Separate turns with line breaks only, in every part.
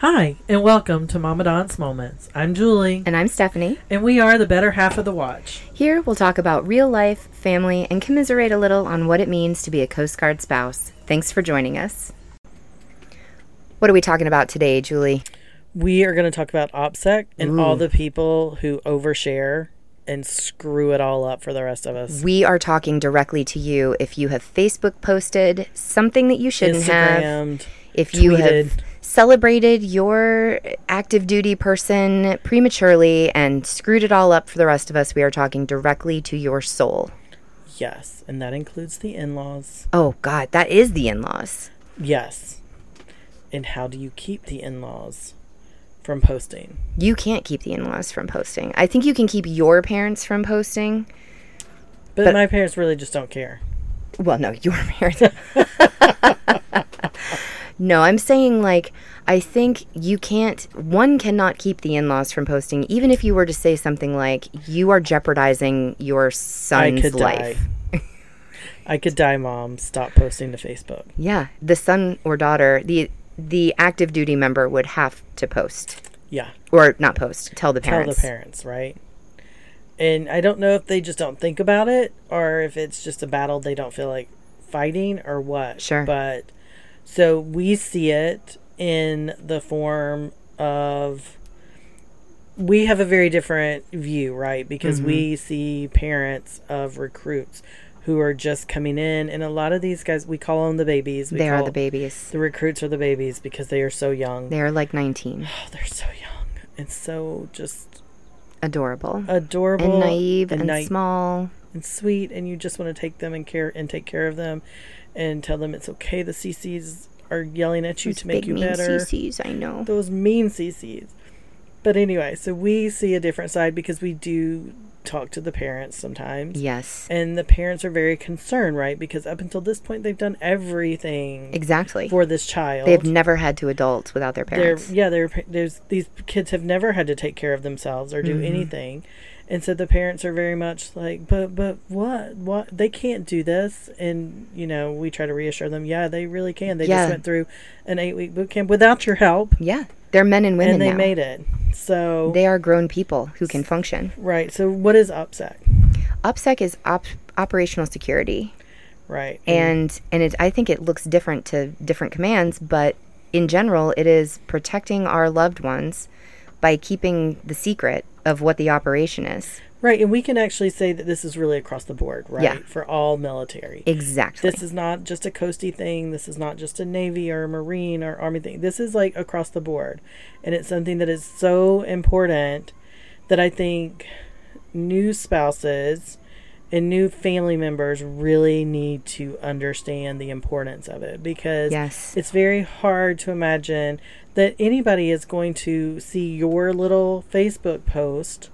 Hi, and welcome to Mama Don's Moments. I'm Julie,
And I'm Stephanie.
and we are the better half of the watch.
Here we'll talk about real life, family, and commiserate a little on what it means to be a Coast Guard spouse. Thanks for joining us. What are we talking about today, Julie?
We are going to talk about OPSEC and all the people who overshare and screw it all up for the rest of us.
We are talking directly to you if you have Facebook posted something that you shouldn't have,
Instagrammed.
if you
tweeted.
have celebrated your active duty person prematurely and screwed it all up for the rest of us. We are talking directly to your soul.
Yes, and that includes the in laws.
Oh, God, that is the in laws.
Yes. And how do you keep the in laws from posting?
You can't keep the in laws from posting. I think you can keep your parents from posting.
But, my parents really just don't care.
Well, no, your parents. no, I'm saying, like, I think you can't, one cannot keep the in laws from posting, even if you were to say something like, you are jeopardizing your son's
I could
life.
die. I could die, mom. Stop posting to Facebook.
Yeah. The son or daughter, the, the active duty member would have to post
Yeah.
or not post, tell the
tell the
parents.
parents, right? And I don't know if they just don't think about it or if it's just a battle they don't feel like fighting or what.
Sure.
But so we see it in the form of we have a very different view, right? Because we
Mm-hmm.
see parents of recruits who are just coming in and a lot of these guys we call them the babies. We
They are
call-
the babies.
The recruits are the babies because they are so young.
They are like 19.
oh, they're so young and so just
Adorable.
adorable
and naive and,
nai-
small.
and sweet and you just want to take them and care and take care of them and tell them it's okay the cc's are yelling at you to make you better
CCs, I know.
those mean cc's but anyway so we see a different side because we do talk to the parents sometimes
Yes,
and the parents are very concerned right because up until this point they've done everything
exactly.
for this child
They've never had to adult without their
they're
parents.
yeah they're there's these kids have never had to take care of themselves or do
Mm-hmm.
anything and so the parents are very much like but but what what they can't do this and you know we try to reassure them yeah they really can they
Yeah.
just went through an eight week boot camp without your help
yeah, they're men and women
and they
now.
made it so
they are grown people who can function.
right so what is upsec
OPSEC is op- operational security,
right
and and it, I think it looks different to different commands, but in general, it is protecting our loved ones by keeping the secret of what the operation is.
right and we can actually say that this is really across the board right
Yeah.
for all military
Exactly.
This is not just a coasty thing. This is not just a Navy or a Marine or Army thing. This is like across the board. And it's something that is so important that I think new spouses and new family members really need to understand the importance of it because
Yes.
it's very hard to imagine that anybody is going to see your little Facebook post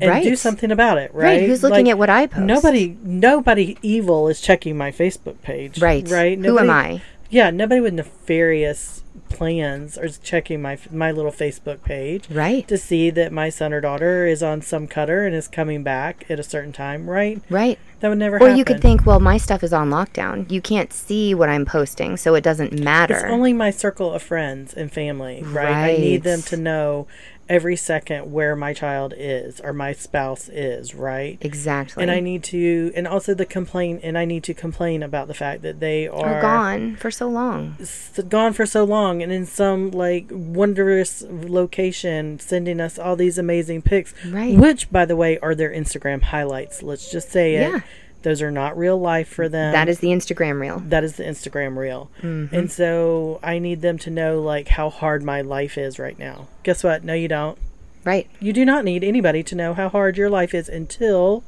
and do
Right.
something about it, right?
Right, who's looking at what I post?
Nobody, nobody evil is checking my Facebook page,
right.
Right?
Who am
Nobody-
I?
Yeah, nobody with nefarious plans is checking my my little Facebook page,
Right.
To see that my son or daughter is on some cutter and is coming back at a certain time, right?
Right.
That would never
Or
happen.
you could think, well, my stuff is on lockdown. You can't see what I'm posting, so it doesn't matter.
It's only my circle of friends and family, right? I
Right.
need them to know every second where my child is or my spouse is, right?
exactly.
And I need to, and also the complaint, and I need to complain about the fact that they are,
are gone for so long.
s- gone for so long and in some like wondrous location sending us all these amazing pics
Right.
which by the way are their instagram highlights let's just say it
Yeah.
those are not real life for them
that is Mm-hmm. the Instagram reel.
that is the instagram reel and so i need them to know like how hard my life is right now guess what no you don't
Right.
you do not need anybody to know how hard your life is until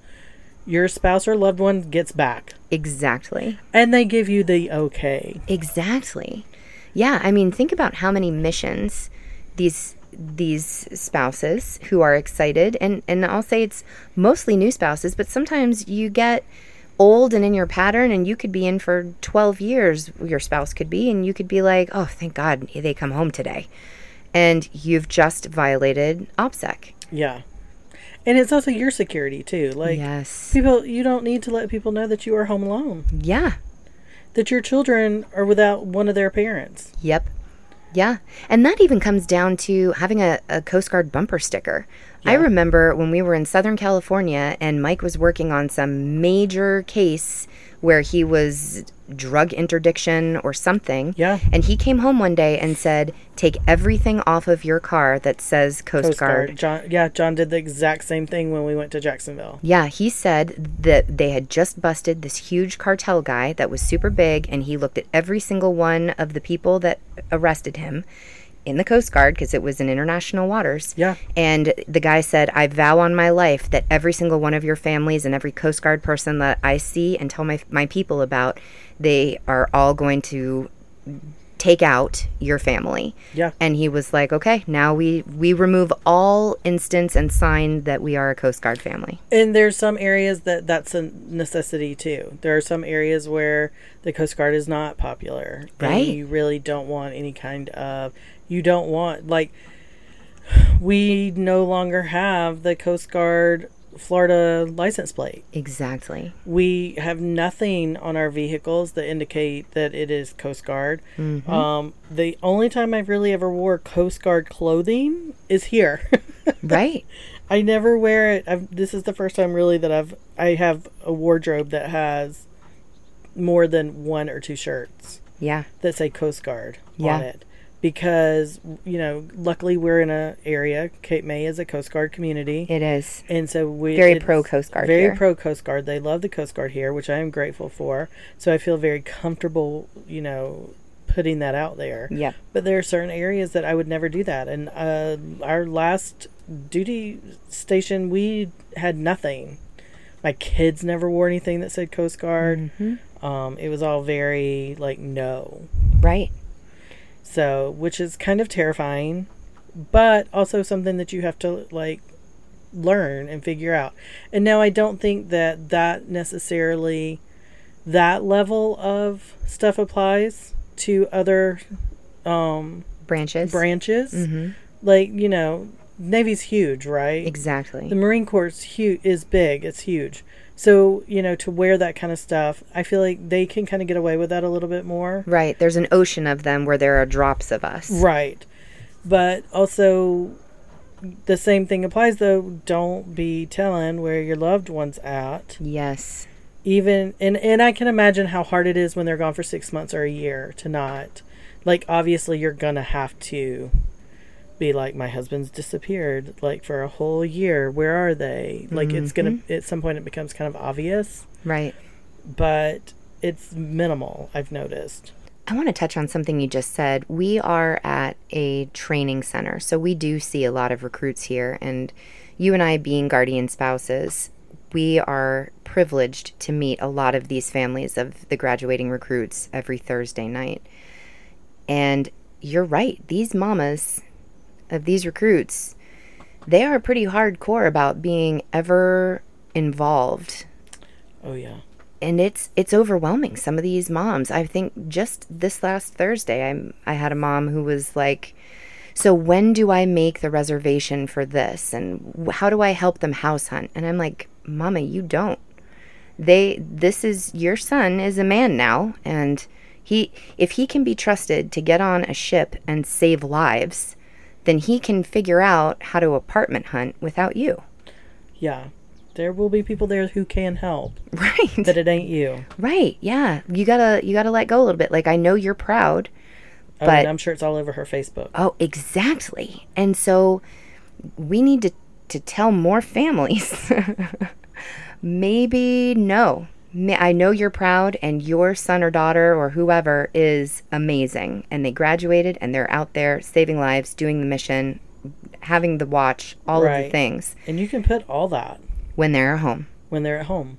your spouse or loved one gets back
Exactly.
and they give you the okay
Exactly. Yeah, I mean, think about how many missions these these spouses who are excited and and I'll say it's mostly new spouses, but sometimes you get old and in your pattern and you could be in for 12 years your spouse could be and you could be like, "Oh, thank God they come home today." And you've just violated OPSEC.
Yeah. And it's also your security too. Like
yes.
people you don't need to let people know that you are home alone.
Yeah.
That your children are without one of their parents.
Yep. Yeah. And that even comes down to having a, a Coast Guard bumper sticker. I remember when we were in Southern California and Mike was working on some major case where he was drug interdiction or something.
Yeah.
And he came home one day and said, Take everything off of your car that says Coast,
Coast
Guard.
Guard. John, yeah, John did the exact same thing when we went to Jacksonville.
Yeah, he said that they had just busted this huge cartel guy that was super big, and he looked at every single one of the people that arrested him in the Coast Guard because it was in international waters.
Yeah.
And the guy said, I vow on my life that every single one of your families and every Coast Guard person that I see and tell my, my people about, they are all going to take out your family.
Yeah.
And he was like, okay, now we, we remove all instance and sign that we are a Coast Guard family.
And there's some areas that that's a necessity too. There are some areas where the Coast Guard is not popular. and
Right.
you really don't want any kind of, you don't want, like, we no longer have the Coast Guard Florida license plate.
Exactly.
We have nothing on our vehicles that indicate that it is Coast Guard. Um, the only time I've really ever wore Coast Guard clothing is here.
Right.
I never wear it. I've, this is the first time really that I've I have a wardrobe that has more than one or two shirts
yeah.
that say Coast Guard
Yeah.
on it because you know luckily we're in a area Cape May is a Coast Guard community
It is.
and so we
Very
it's
pro Coast Guard
very
here.
pro Coast Guard they love the Coast Guard here which I am grateful for so I feel very comfortable you know putting that out there
Yep.
but there are certain areas that I would never do that. And uh, our last duty station, we had nothing. My kids never wore anything that said Coast Guard.
Mm-hmm.
Um, it was all very like no.
Right.
So, which is kind of terrifying, but also something that you have to like learn and figure out. And now I don't think that that necessarily that level of stuff applies to other
Branches.
branches. Like you know, Navy's huge, right?
exactly.
The Marine Corps is huge, is big. It's huge. So you know, to wear that kind of stuff, I feel like they can kind of get away with that a little bit more,
right. There's an ocean of them where there are drops of us.
right? But also, the same thing applies though. Don't be telling where your loved ones at.
Yes.
even and and I can imagine how hard it is when they're gone for six months or a year to not like obviously you're gonna have to be like my husband's disappeared like for a whole year where are they like it's gonna at some point it becomes kind of obvious
Right.
but it's minimal I've noticed
I want to touch on something you just said. We are at a training center, so we do see a lot of recruits here. And you and I, being guardian spouses, we are privileged to meet a lot of these families of the graduating recruits every Thursday night. And you're right, these mamas of these recruits, they are pretty hardcore about being ever involved
oh yeah
and it's it's overwhelming some of these moms i think just this last thursday i i had a mom who was like so when do i make the reservation for this and wh- how do i help them house hunt and i'm like mama you don't they this is your son is a man now and he if he can be trusted to get on a ship and save lives then he can figure out how to apartment hunt without you
yeah there will be people there who can help
right
but it ain't you
Right. Yeah. You gotta you gotta let go a little bit. Like I know you're proud.
I mean,
But-
I'm sure it's all over her Facebook
Oh, exactly. And so we need to to tell more families. Maybe no. Ma- I know you're proud and your son or daughter or whoever is amazing and they graduated and they're out there saving lives, doing the mission, having the watch, all of the
Right.
things
and you can put all that
when they're home.
when they're at home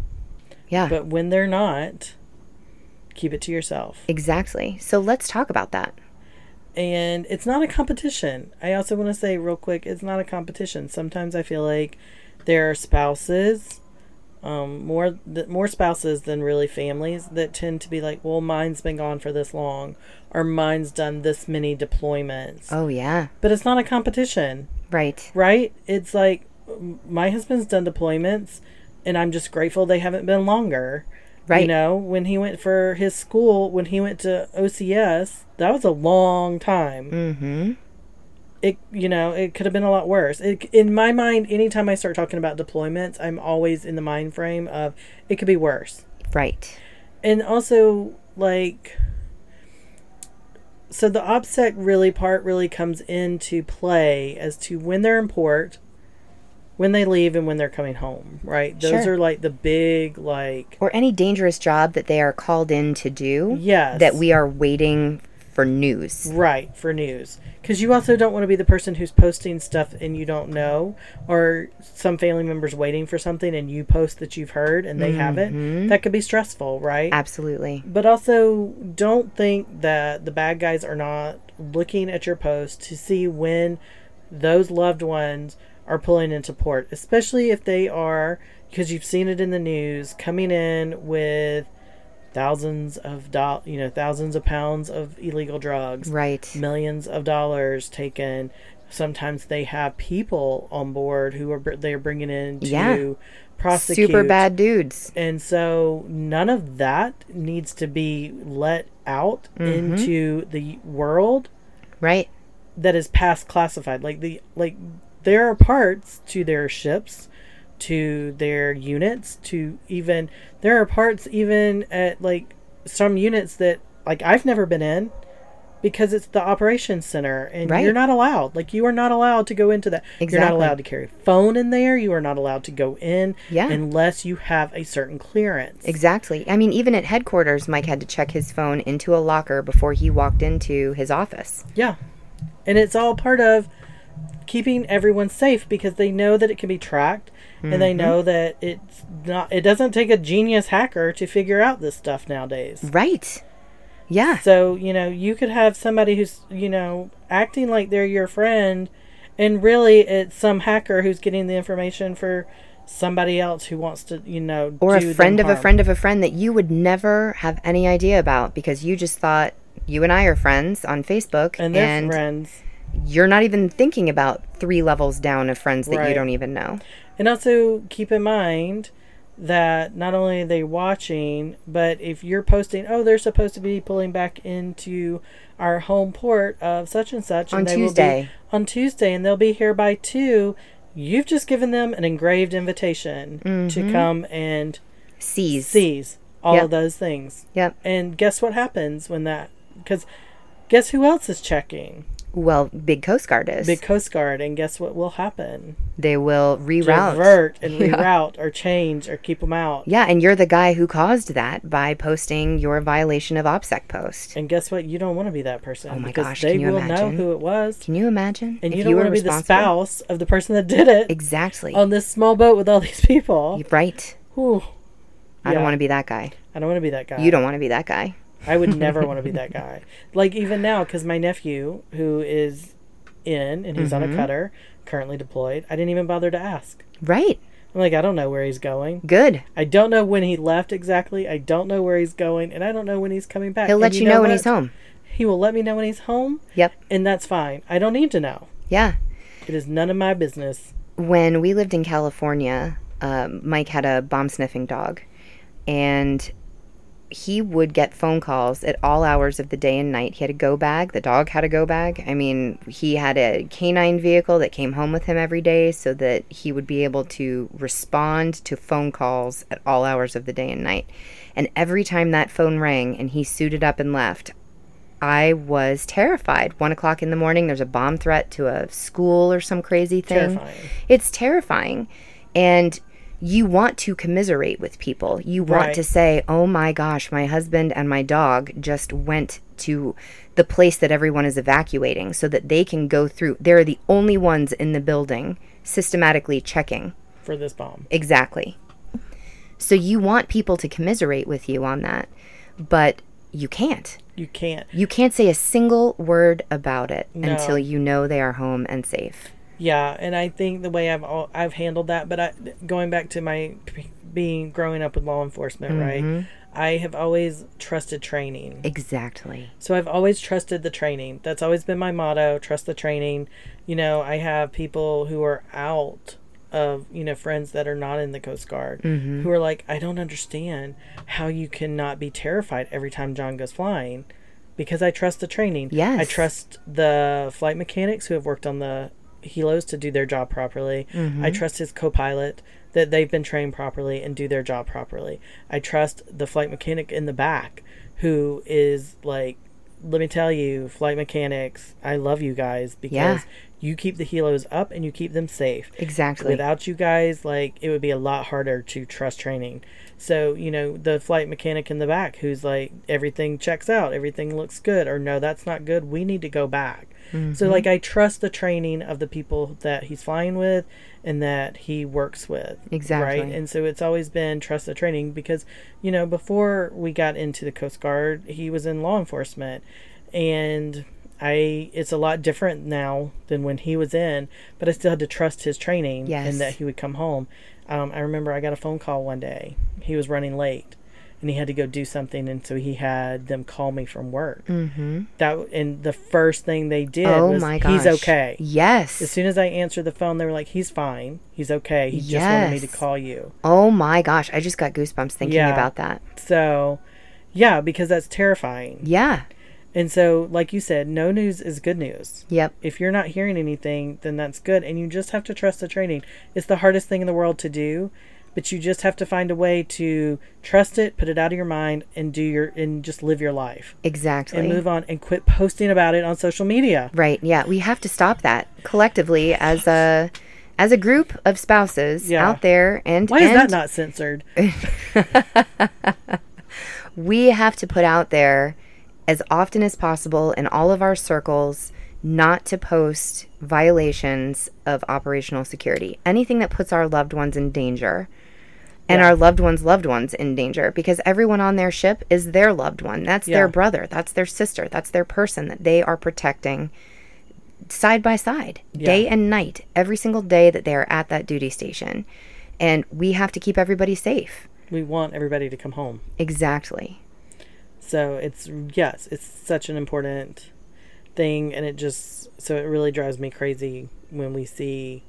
Yeah.
but when they're not keep it to yourself
exactly. So let's talk about that.
and it's not a competition. I also want to say real quick, it's not a competition. Sometimes I feel like there are spouses, um, more th- more spouses than really families that tend to be like, well, mine's been gone for this long, or mine's done this many deployments.
Oh yeah.
But it's not a competition,
Right.
right? It's like m- my husband's done deployments, and I'm just grateful they haven't been longer.
Right.
You know, when he went for his school, when he went to OCS, that was a long time.
Mm-hmm.
It, you know, it could have been a lot worse. It, in my mind, anytime I start talking about deployments, I'm always in the mind frame of it could be worse.
Right.
And also, like, so the OPSEC really part really comes into play as to when they're in port, when they leave, and when they're coming home, right? Those
Sure.
are like the big, like,
Or any dangerous job that they are called in to do
yes.
that we are waiting for news.
Right, for news. Because you also don't want to be the person who's posting stuff and you don't know, or some family member's waiting for something and you post that you've heard and they haven't. That could be stressful, right?
Absolutely.
But also, don't think that the bad guys are not looking at your post to see when those loved ones are pulling into port, especially if they are, because you've seen it in the news, coming in with thousands of doll, you know, thousands of pounds of illegal drugs
Right.
millions of dollars taken. Sometimes they have people on board who are br- they are bringing in to
Yeah.
prosecute.
Super bad dudes.
And so none of that needs to be let out
Mm-hmm.
into the world
Right.
that is past classified. Like the like there are parts to their ships, to their units, to even there are parts even at like some units that like I've never been in because it's the operations center and
Right.
you're not allowed. Like you are not allowed to go into that. You're not
Exactly.
allowed to carry a phone in there. You are not allowed to go in
Yeah.
unless you have a certain clearance.
Exactly. I mean, even at headquarters, Mike had to check his phone into a locker before he walked into his office.
Yeah. And it's all part of keeping everyone safe because they know that it can be tracked and
Mm-hmm.
they know that it's not it doesn't take a genius hacker to figure out this stuff nowadays.
Right. Yeah.
So, you know, you could have somebody who's, you know, acting like they're your friend and really it's some hacker who's getting the information for somebody else who wants to, you know,
Or
do
a
them
friend of a
harm.
friend of a friend that you would never have any idea about because you just thought you and I are friends on Facebook
and their
and,
friends.
you're not even thinking about three levels down of friends that
Right.
you don't even know.
And also keep in mind that not only are they watching, but if you're posting, oh, they're supposed to be pulling back into our home port of such and such
On
and they Will
Tuesday.
be on Tuesday, and they'll be here by two. You've just given them an engraved invitation to
Mm-hmm.
come and
C's.
seize all
Yep.
of those things.
Yep.
And guess what happens when that? Because guess who else is checking?
Well, big Coast Guard is.
Big Coast Guard. And guess what will happen?
they will reroute.
divert and reroute or change or keep them out.
Yeah, and you're the guy who caused that by posting your violation of OPSEC post.
And guess what? You don't want to be that person
Oh my
because
gosh,
they
can you
will
imagine?
know who it was,
Can you imagine?
and
if
you don't
were
want to be the
responsible?
spouse Um, of the person that did it
Exactly.
on this small boat with all these people.
You're right.
Whew.
I
Yeah.
don't want to be that guy.
I don't want to be that guy.
You don't want to be that guy.
I would never want to be that guy. Like even now, because my nephew who is in and he's on
Mm-hmm.
a cutter currently deployed, I didn't even bother to ask.
Right.
I'm like, I don't know where he's going.
Good.
I don't know when he left exactly. I don't know where he's going, and I don't know when he's coming back.
He'll
And
let you know, when
what?
he's home.
He will let me know when he's home,
Yep.
and that's fine. I don't need to know.
Yeah.
It is none of my business.
When we lived in California, um, Mike had a bomb sniffing dog, and he would get phone calls at all hours of the day and night. He had a go bag. The dog had a go bag. I mean, he had a canine vehicle that came home with him every day so that he would be able to respond to phone calls at all hours of the day and night. And every time that phone rang and he suited up and left, I was terrified. One o'clock in the morning, there's a bomb threat to a school or some crazy thing.
Terrifying.
It's terrifying. And you want to commiserate with people. You want
Right.
to say, oh my gosh, my husband and my dog just went to the place that everyone is evacuating so that they can go through. They're the only ones in the building systematically checking.
for this bomb.
Exactly. So you want people to commiserate with you on that, but you can't.
You can't.
You can't say a single word about it
No.
until you know they are home and safe.
Yeah, and I think the way I've all, I've handled that, but I, going back to my p- being growing up with law enforcement, right? I have always trusted training.
Exactly.
So I've always trusted the training. That's always been my motto, trust the training. You know, I have people who are out of you know friends that are not in the Coast Guard who are like, I don't understand how you cannot be terrified every time John goes flying, because I trust the training.
Yes.
I trust the flight mechanics who have worked on the helos to do their job properly. I trust his co-pilot that they've been trained properly and do their job properly. I trust the flight mechanic in the back who is like let me tell you, flight mechanics, I love you guys because
Yeah.
you keep the helos up and you keep them safe.
Exactly.
Without you guys, like it would be a lot harder to trust training. So, you know, the flight mechanic in the back who's like everything checks out, everything looks good or no, that's not good. We need to go back. So
Mm-hmm.
like I trust the training of the people that he's flying with and that he works with.
Exactly.
Right? And so it's always been trust the training because, you know, before we got into the Coast Guard, he was in law enforcement. And I it's a lot different now than when he was in, but I still had to trust his training
Yes.
and that he would come home. Um, I remember I got a phone call one day. He was running late and he had to go do something and so he had them call me from work. Mm-hmm. That and the first thing they did
oh
was
my gosh.
he's okay. As
Yes.
soon as I answered the phone, they were like, "He's fine. He's okay. He just wanted me to
Yes.
call you."
Oh my gosh. I just got goosebumps thinking
Yeah.
about that.
So, yeah, because that's terrifying.
Yeah.
And so, like you said, no news is good news.
Yep.
If you're not hearing anything, then that's good, and you just have to trust the training. It's the hardest thing in the world to do, but you just have to find a way to trust it, put it out of your mind, and do your and just live your life
Exactly.
and move on and quit posting about it on social media.
Right. Yeah, we have to stop that collectively as a as a group of spouses
Yeah.
out there and
Why is
and
that not censored?
we have to put out there as often as possible in all of our circles not to post violations of operational security. Anything that puts our loved ones in danger and our loved ones' loved ones in danger because everyone on their ship is their loved one. That's
Yeah.
their brother, that's their sister, that's their person that they are protecting side by side, day and night, every single day that they are at that duty station. And we have to keep everybody safe.
We want everybody to come home.
Exactly.
So it's yes, it's such an important thing, and it just so it really drives me crazy when we see,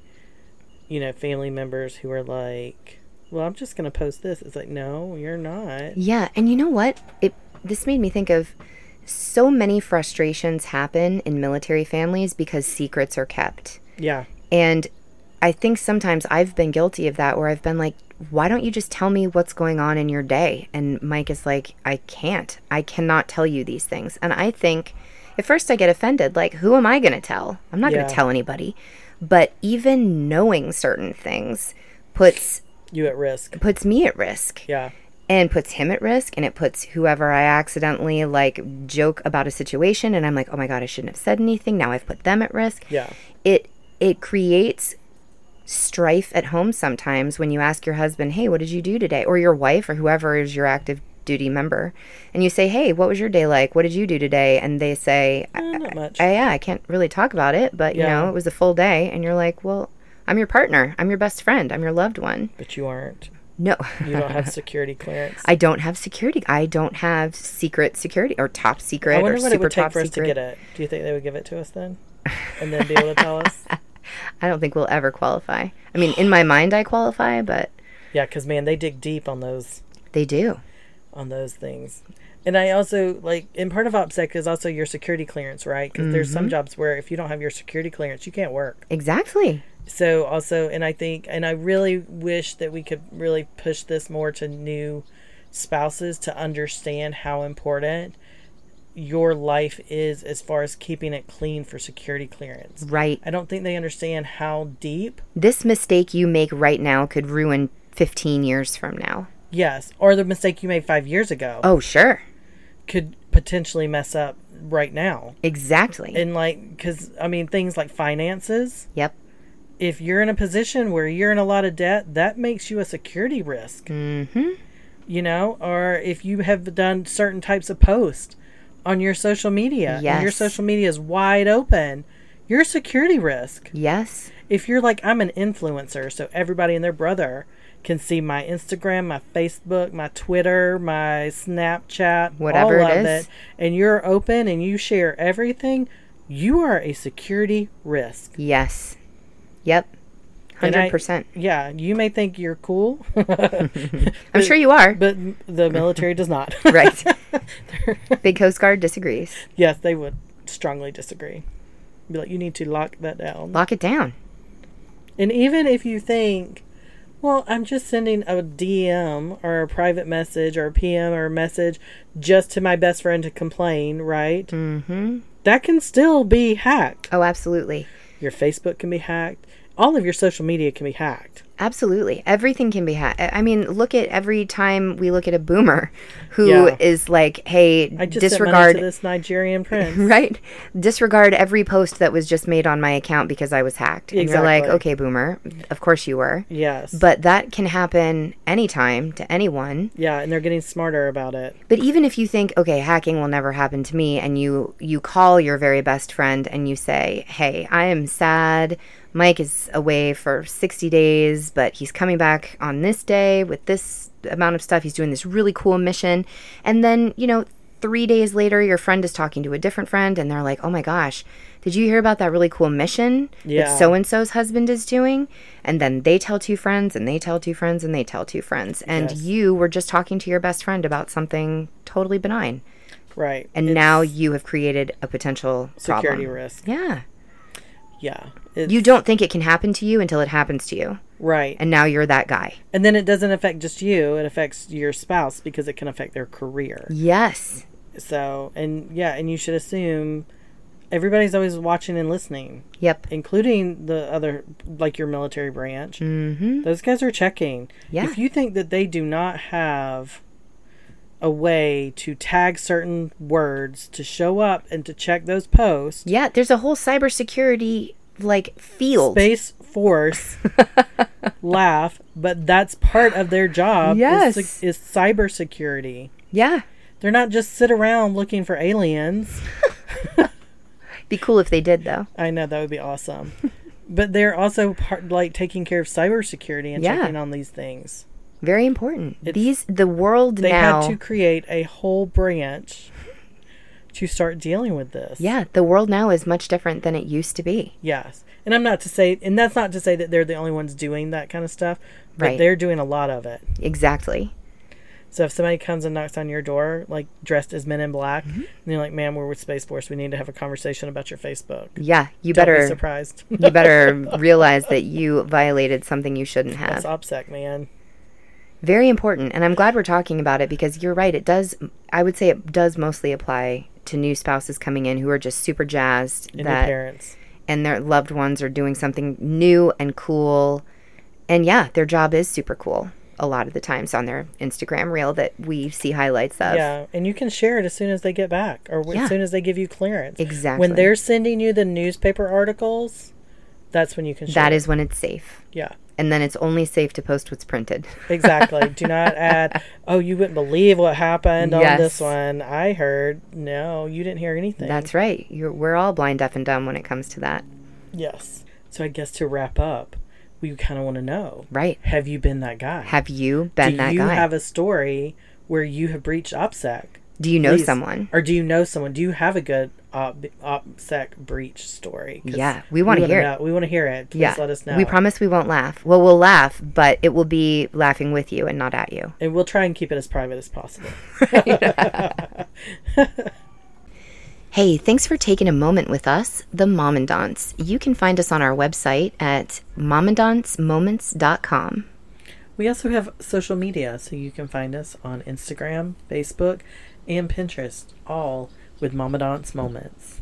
you know, family members who are like, "Well, I'm just gonna post this." It's like, no, you're not.
Yeah, and you know what? It this made me think of so many frustrations happen in military families because secrets are kept.
Yeah,
And I think sometimes I've been guilty of that where I've been like, why don't you just tell me what's going on in your day? And Mike is like, I can't. I cannot tell you these things. And I think at first I get offended like, who am I going to tell? I'm not going
Yeah.
to tell anybody. But even knowing certain things puts
you at risk.
puts me at risk
Yeah,
and puts him at risk and it puts whoever I accidentally like joke about a situation and I'm like, "Oh my god, I shouldn't have said anything. Now I've put them at risk."
yeah,
It it creates strife at home sometimes when you ask your husband, "Hey, what did you do today?" or your wife or whoever is your active duty member and you say, "Hey, what was your day like? What did you do today?" and they say, I,
Eh, not much.
I- "Yeah, I can't really talk about it, but you
Yeah.
know, it was a full day." And you're like, "Well, I'm your partner. I'm your best friend. I'm your loved one."
But you aren't.
No.
You don't have security clearance.
I don't have security. I don't have secret security or top secret
I
or
wonder what
super
it would take
top
for us
secret.
to get it. Do you think they would give it to us then, and then be able to tell us?
I don't think we'll ever qualify. I mean, in my mind, I qualify, but
Yeah, because man, they dig deep on those.
they do.
on those things. And I also like, and part of OPSEC is also your security clearance, right? Because there's some jobs where if you don't have your security clearance, you can't work.
Exactly.
So also, and I think, and I really wish that we could really push this more to new spouses to understand how important your life is as far as keeping it clean for security clearance.
Right.
I don't think they understand how deep
This mistake you make right now could ruin 15 years from now.
Yes, or the mistake you made five years ago
Oh, sure.
could potentially mess up right now.
Exactly.
and like because i mean things like finances
yep.
if you're in a position where you're in a lot of debt that makes you a security risk mm-hmm. you know or if you have done certain types of posts on your social media and your
Yes.
social media is wide open you're a security risk
Yes.
if you're like i'm an influencer so everybody and their brother can see my instagram my facebook my twitter my snapchat
Whatever
all
it
of
is.
it and you're open and you share everything you are a security risk
Yes. Yep.
And I-
100%.
Yeah, you may think you're cool,
I'm sure you are.
but the military does not.
right. Big Coast Guard disagrees.
yes, they would strongly disagree. Be like, you need to lock that down.
Lock it down.
And even if you think, well, I'm just sending a DM or a private message or a PM or a message just to my best friend to complain, right? Mm-hmm. That can still be hacked.
Oh, absolutely.
Your Facebook can be hacked. All of your social media can be hacked.
Absolutely. Everything can be hacked. I I mean, look at every time we look at a boomer who is
Yeah.
like, hey,
I just sent money
disregard.
to this Nigerian prince.
Right? Disregard every post that was just made on my account because I was hacked. And you're like,
Exactly.
okay, boomer, of course you were.
yes.
But that can happen anytime to anyone.
yeah, and they're getting smarter about it.
But even if you think, okay, hacking will never happen to me, and you you call your very best friend and you say, "Hey, I am sad. Mike is away for 60 days, but he's coming back on this day with this amount of stuff. He's doing this really cool mission." And then, you know, 3 days later your friend is talking to a different friend and they're like, "Oh my gosh, did you hear about that really cool mission
Yeah.
that so and so's husband is doing?" And then they tell two friends and they tell two friends and they tell two friends and
Yes.
you were just talking to your best friend about something totally benign
Right.
and
It's
now you have created a potential
security
problem.
risk.
yeah
Yeah. It's,
you don't think it can happen to you until it happens to you
right.
and now you're that guy
and then it doesn't affect just you, it affects your spouse because it can affect their career.
yes
So, and yeah, and you should assume everybody's always watching and listening,
yep
including the other, like your military branch. Mm-hmm. Those guys are checking.
Yeah.
If you think that they do not have a way to tag certain words to show up and to check those posts,
yeah there's a whole cybersecurity like field
Space Force laugh, but that's part of their job.
Yes.
Is, is cybersecurity.
yeah
They're not just sit around looking for aliens.
be cool if they did though
I know that would be awesome. but they're also part like taking care of cybersecurity and
Yeah.
checking on these things.
very important these the world
They
now
had to create a whole branch to start dealing with this.
yeah the world now is much different than it used to be
Yes. And I'm not to say and that's not to say that they're the only ones doing that kind of stuff, but
Right.
they're doing a lot of it.
exactly
So if somebody comes and knocks on your door like dressed as men in black
Mm-hmm.
and you're like, "Ma'am, we're with Space Force. We need to have a conversation about your Facebook."
yeah you
Don't be
better
surprised.
you better realize that you violated something you shouldn't have
That's OPSEC, man.
very important and i'm glad we're talking about it because you're right it does i would say it does mostly apply to new spouses coming in who are just super jazzed
And your
that
parents.
and their loved ones are doing something new and cool and yeah their job is super cool a lot of the times on their instagram reel that we see highlights of
Yeah, and you can share it as soon as they get back or w-
Yeah.
as soon as they give you clearance.
Exactly.
When they're sending you the newspaper articles, that's when you can share.
that
it.
is when it's safe
Yeah,
and then it's only safe to post what's printed
exactly. Do not add, oh, you wouldn't believe what happened on this
Yes.
one. I heard. No, you didn't hear anything.
that's right You're, we're all blind deaf and dumb when it comes to that
yes. So I guess to wrap up, we kind of want to know
right
have you been that guy?
have you been
Do
that
you
guy
have a story where you have breached OPSEC?
do you know
Please.
someone
Or do you know someone? Do you have a good op- OPSEC breach story? 'Cause
Yeah, we wanna
wanna
hear it.
know- We want to hear it. Please
yeah.
let us know.
We promise we won't laugh. Well, we'll laugh, but it will be laughing with you and not at you.
and we'll try and keep it as private as possible.
Hey, thanks for taking a moment with us, the Mom and Don'ts. You can find us on our website at momandontsmoments.com.
We also have social media, so you can find us on Instagram, Facebook, and Pinterest, all with Mama Dance Moments.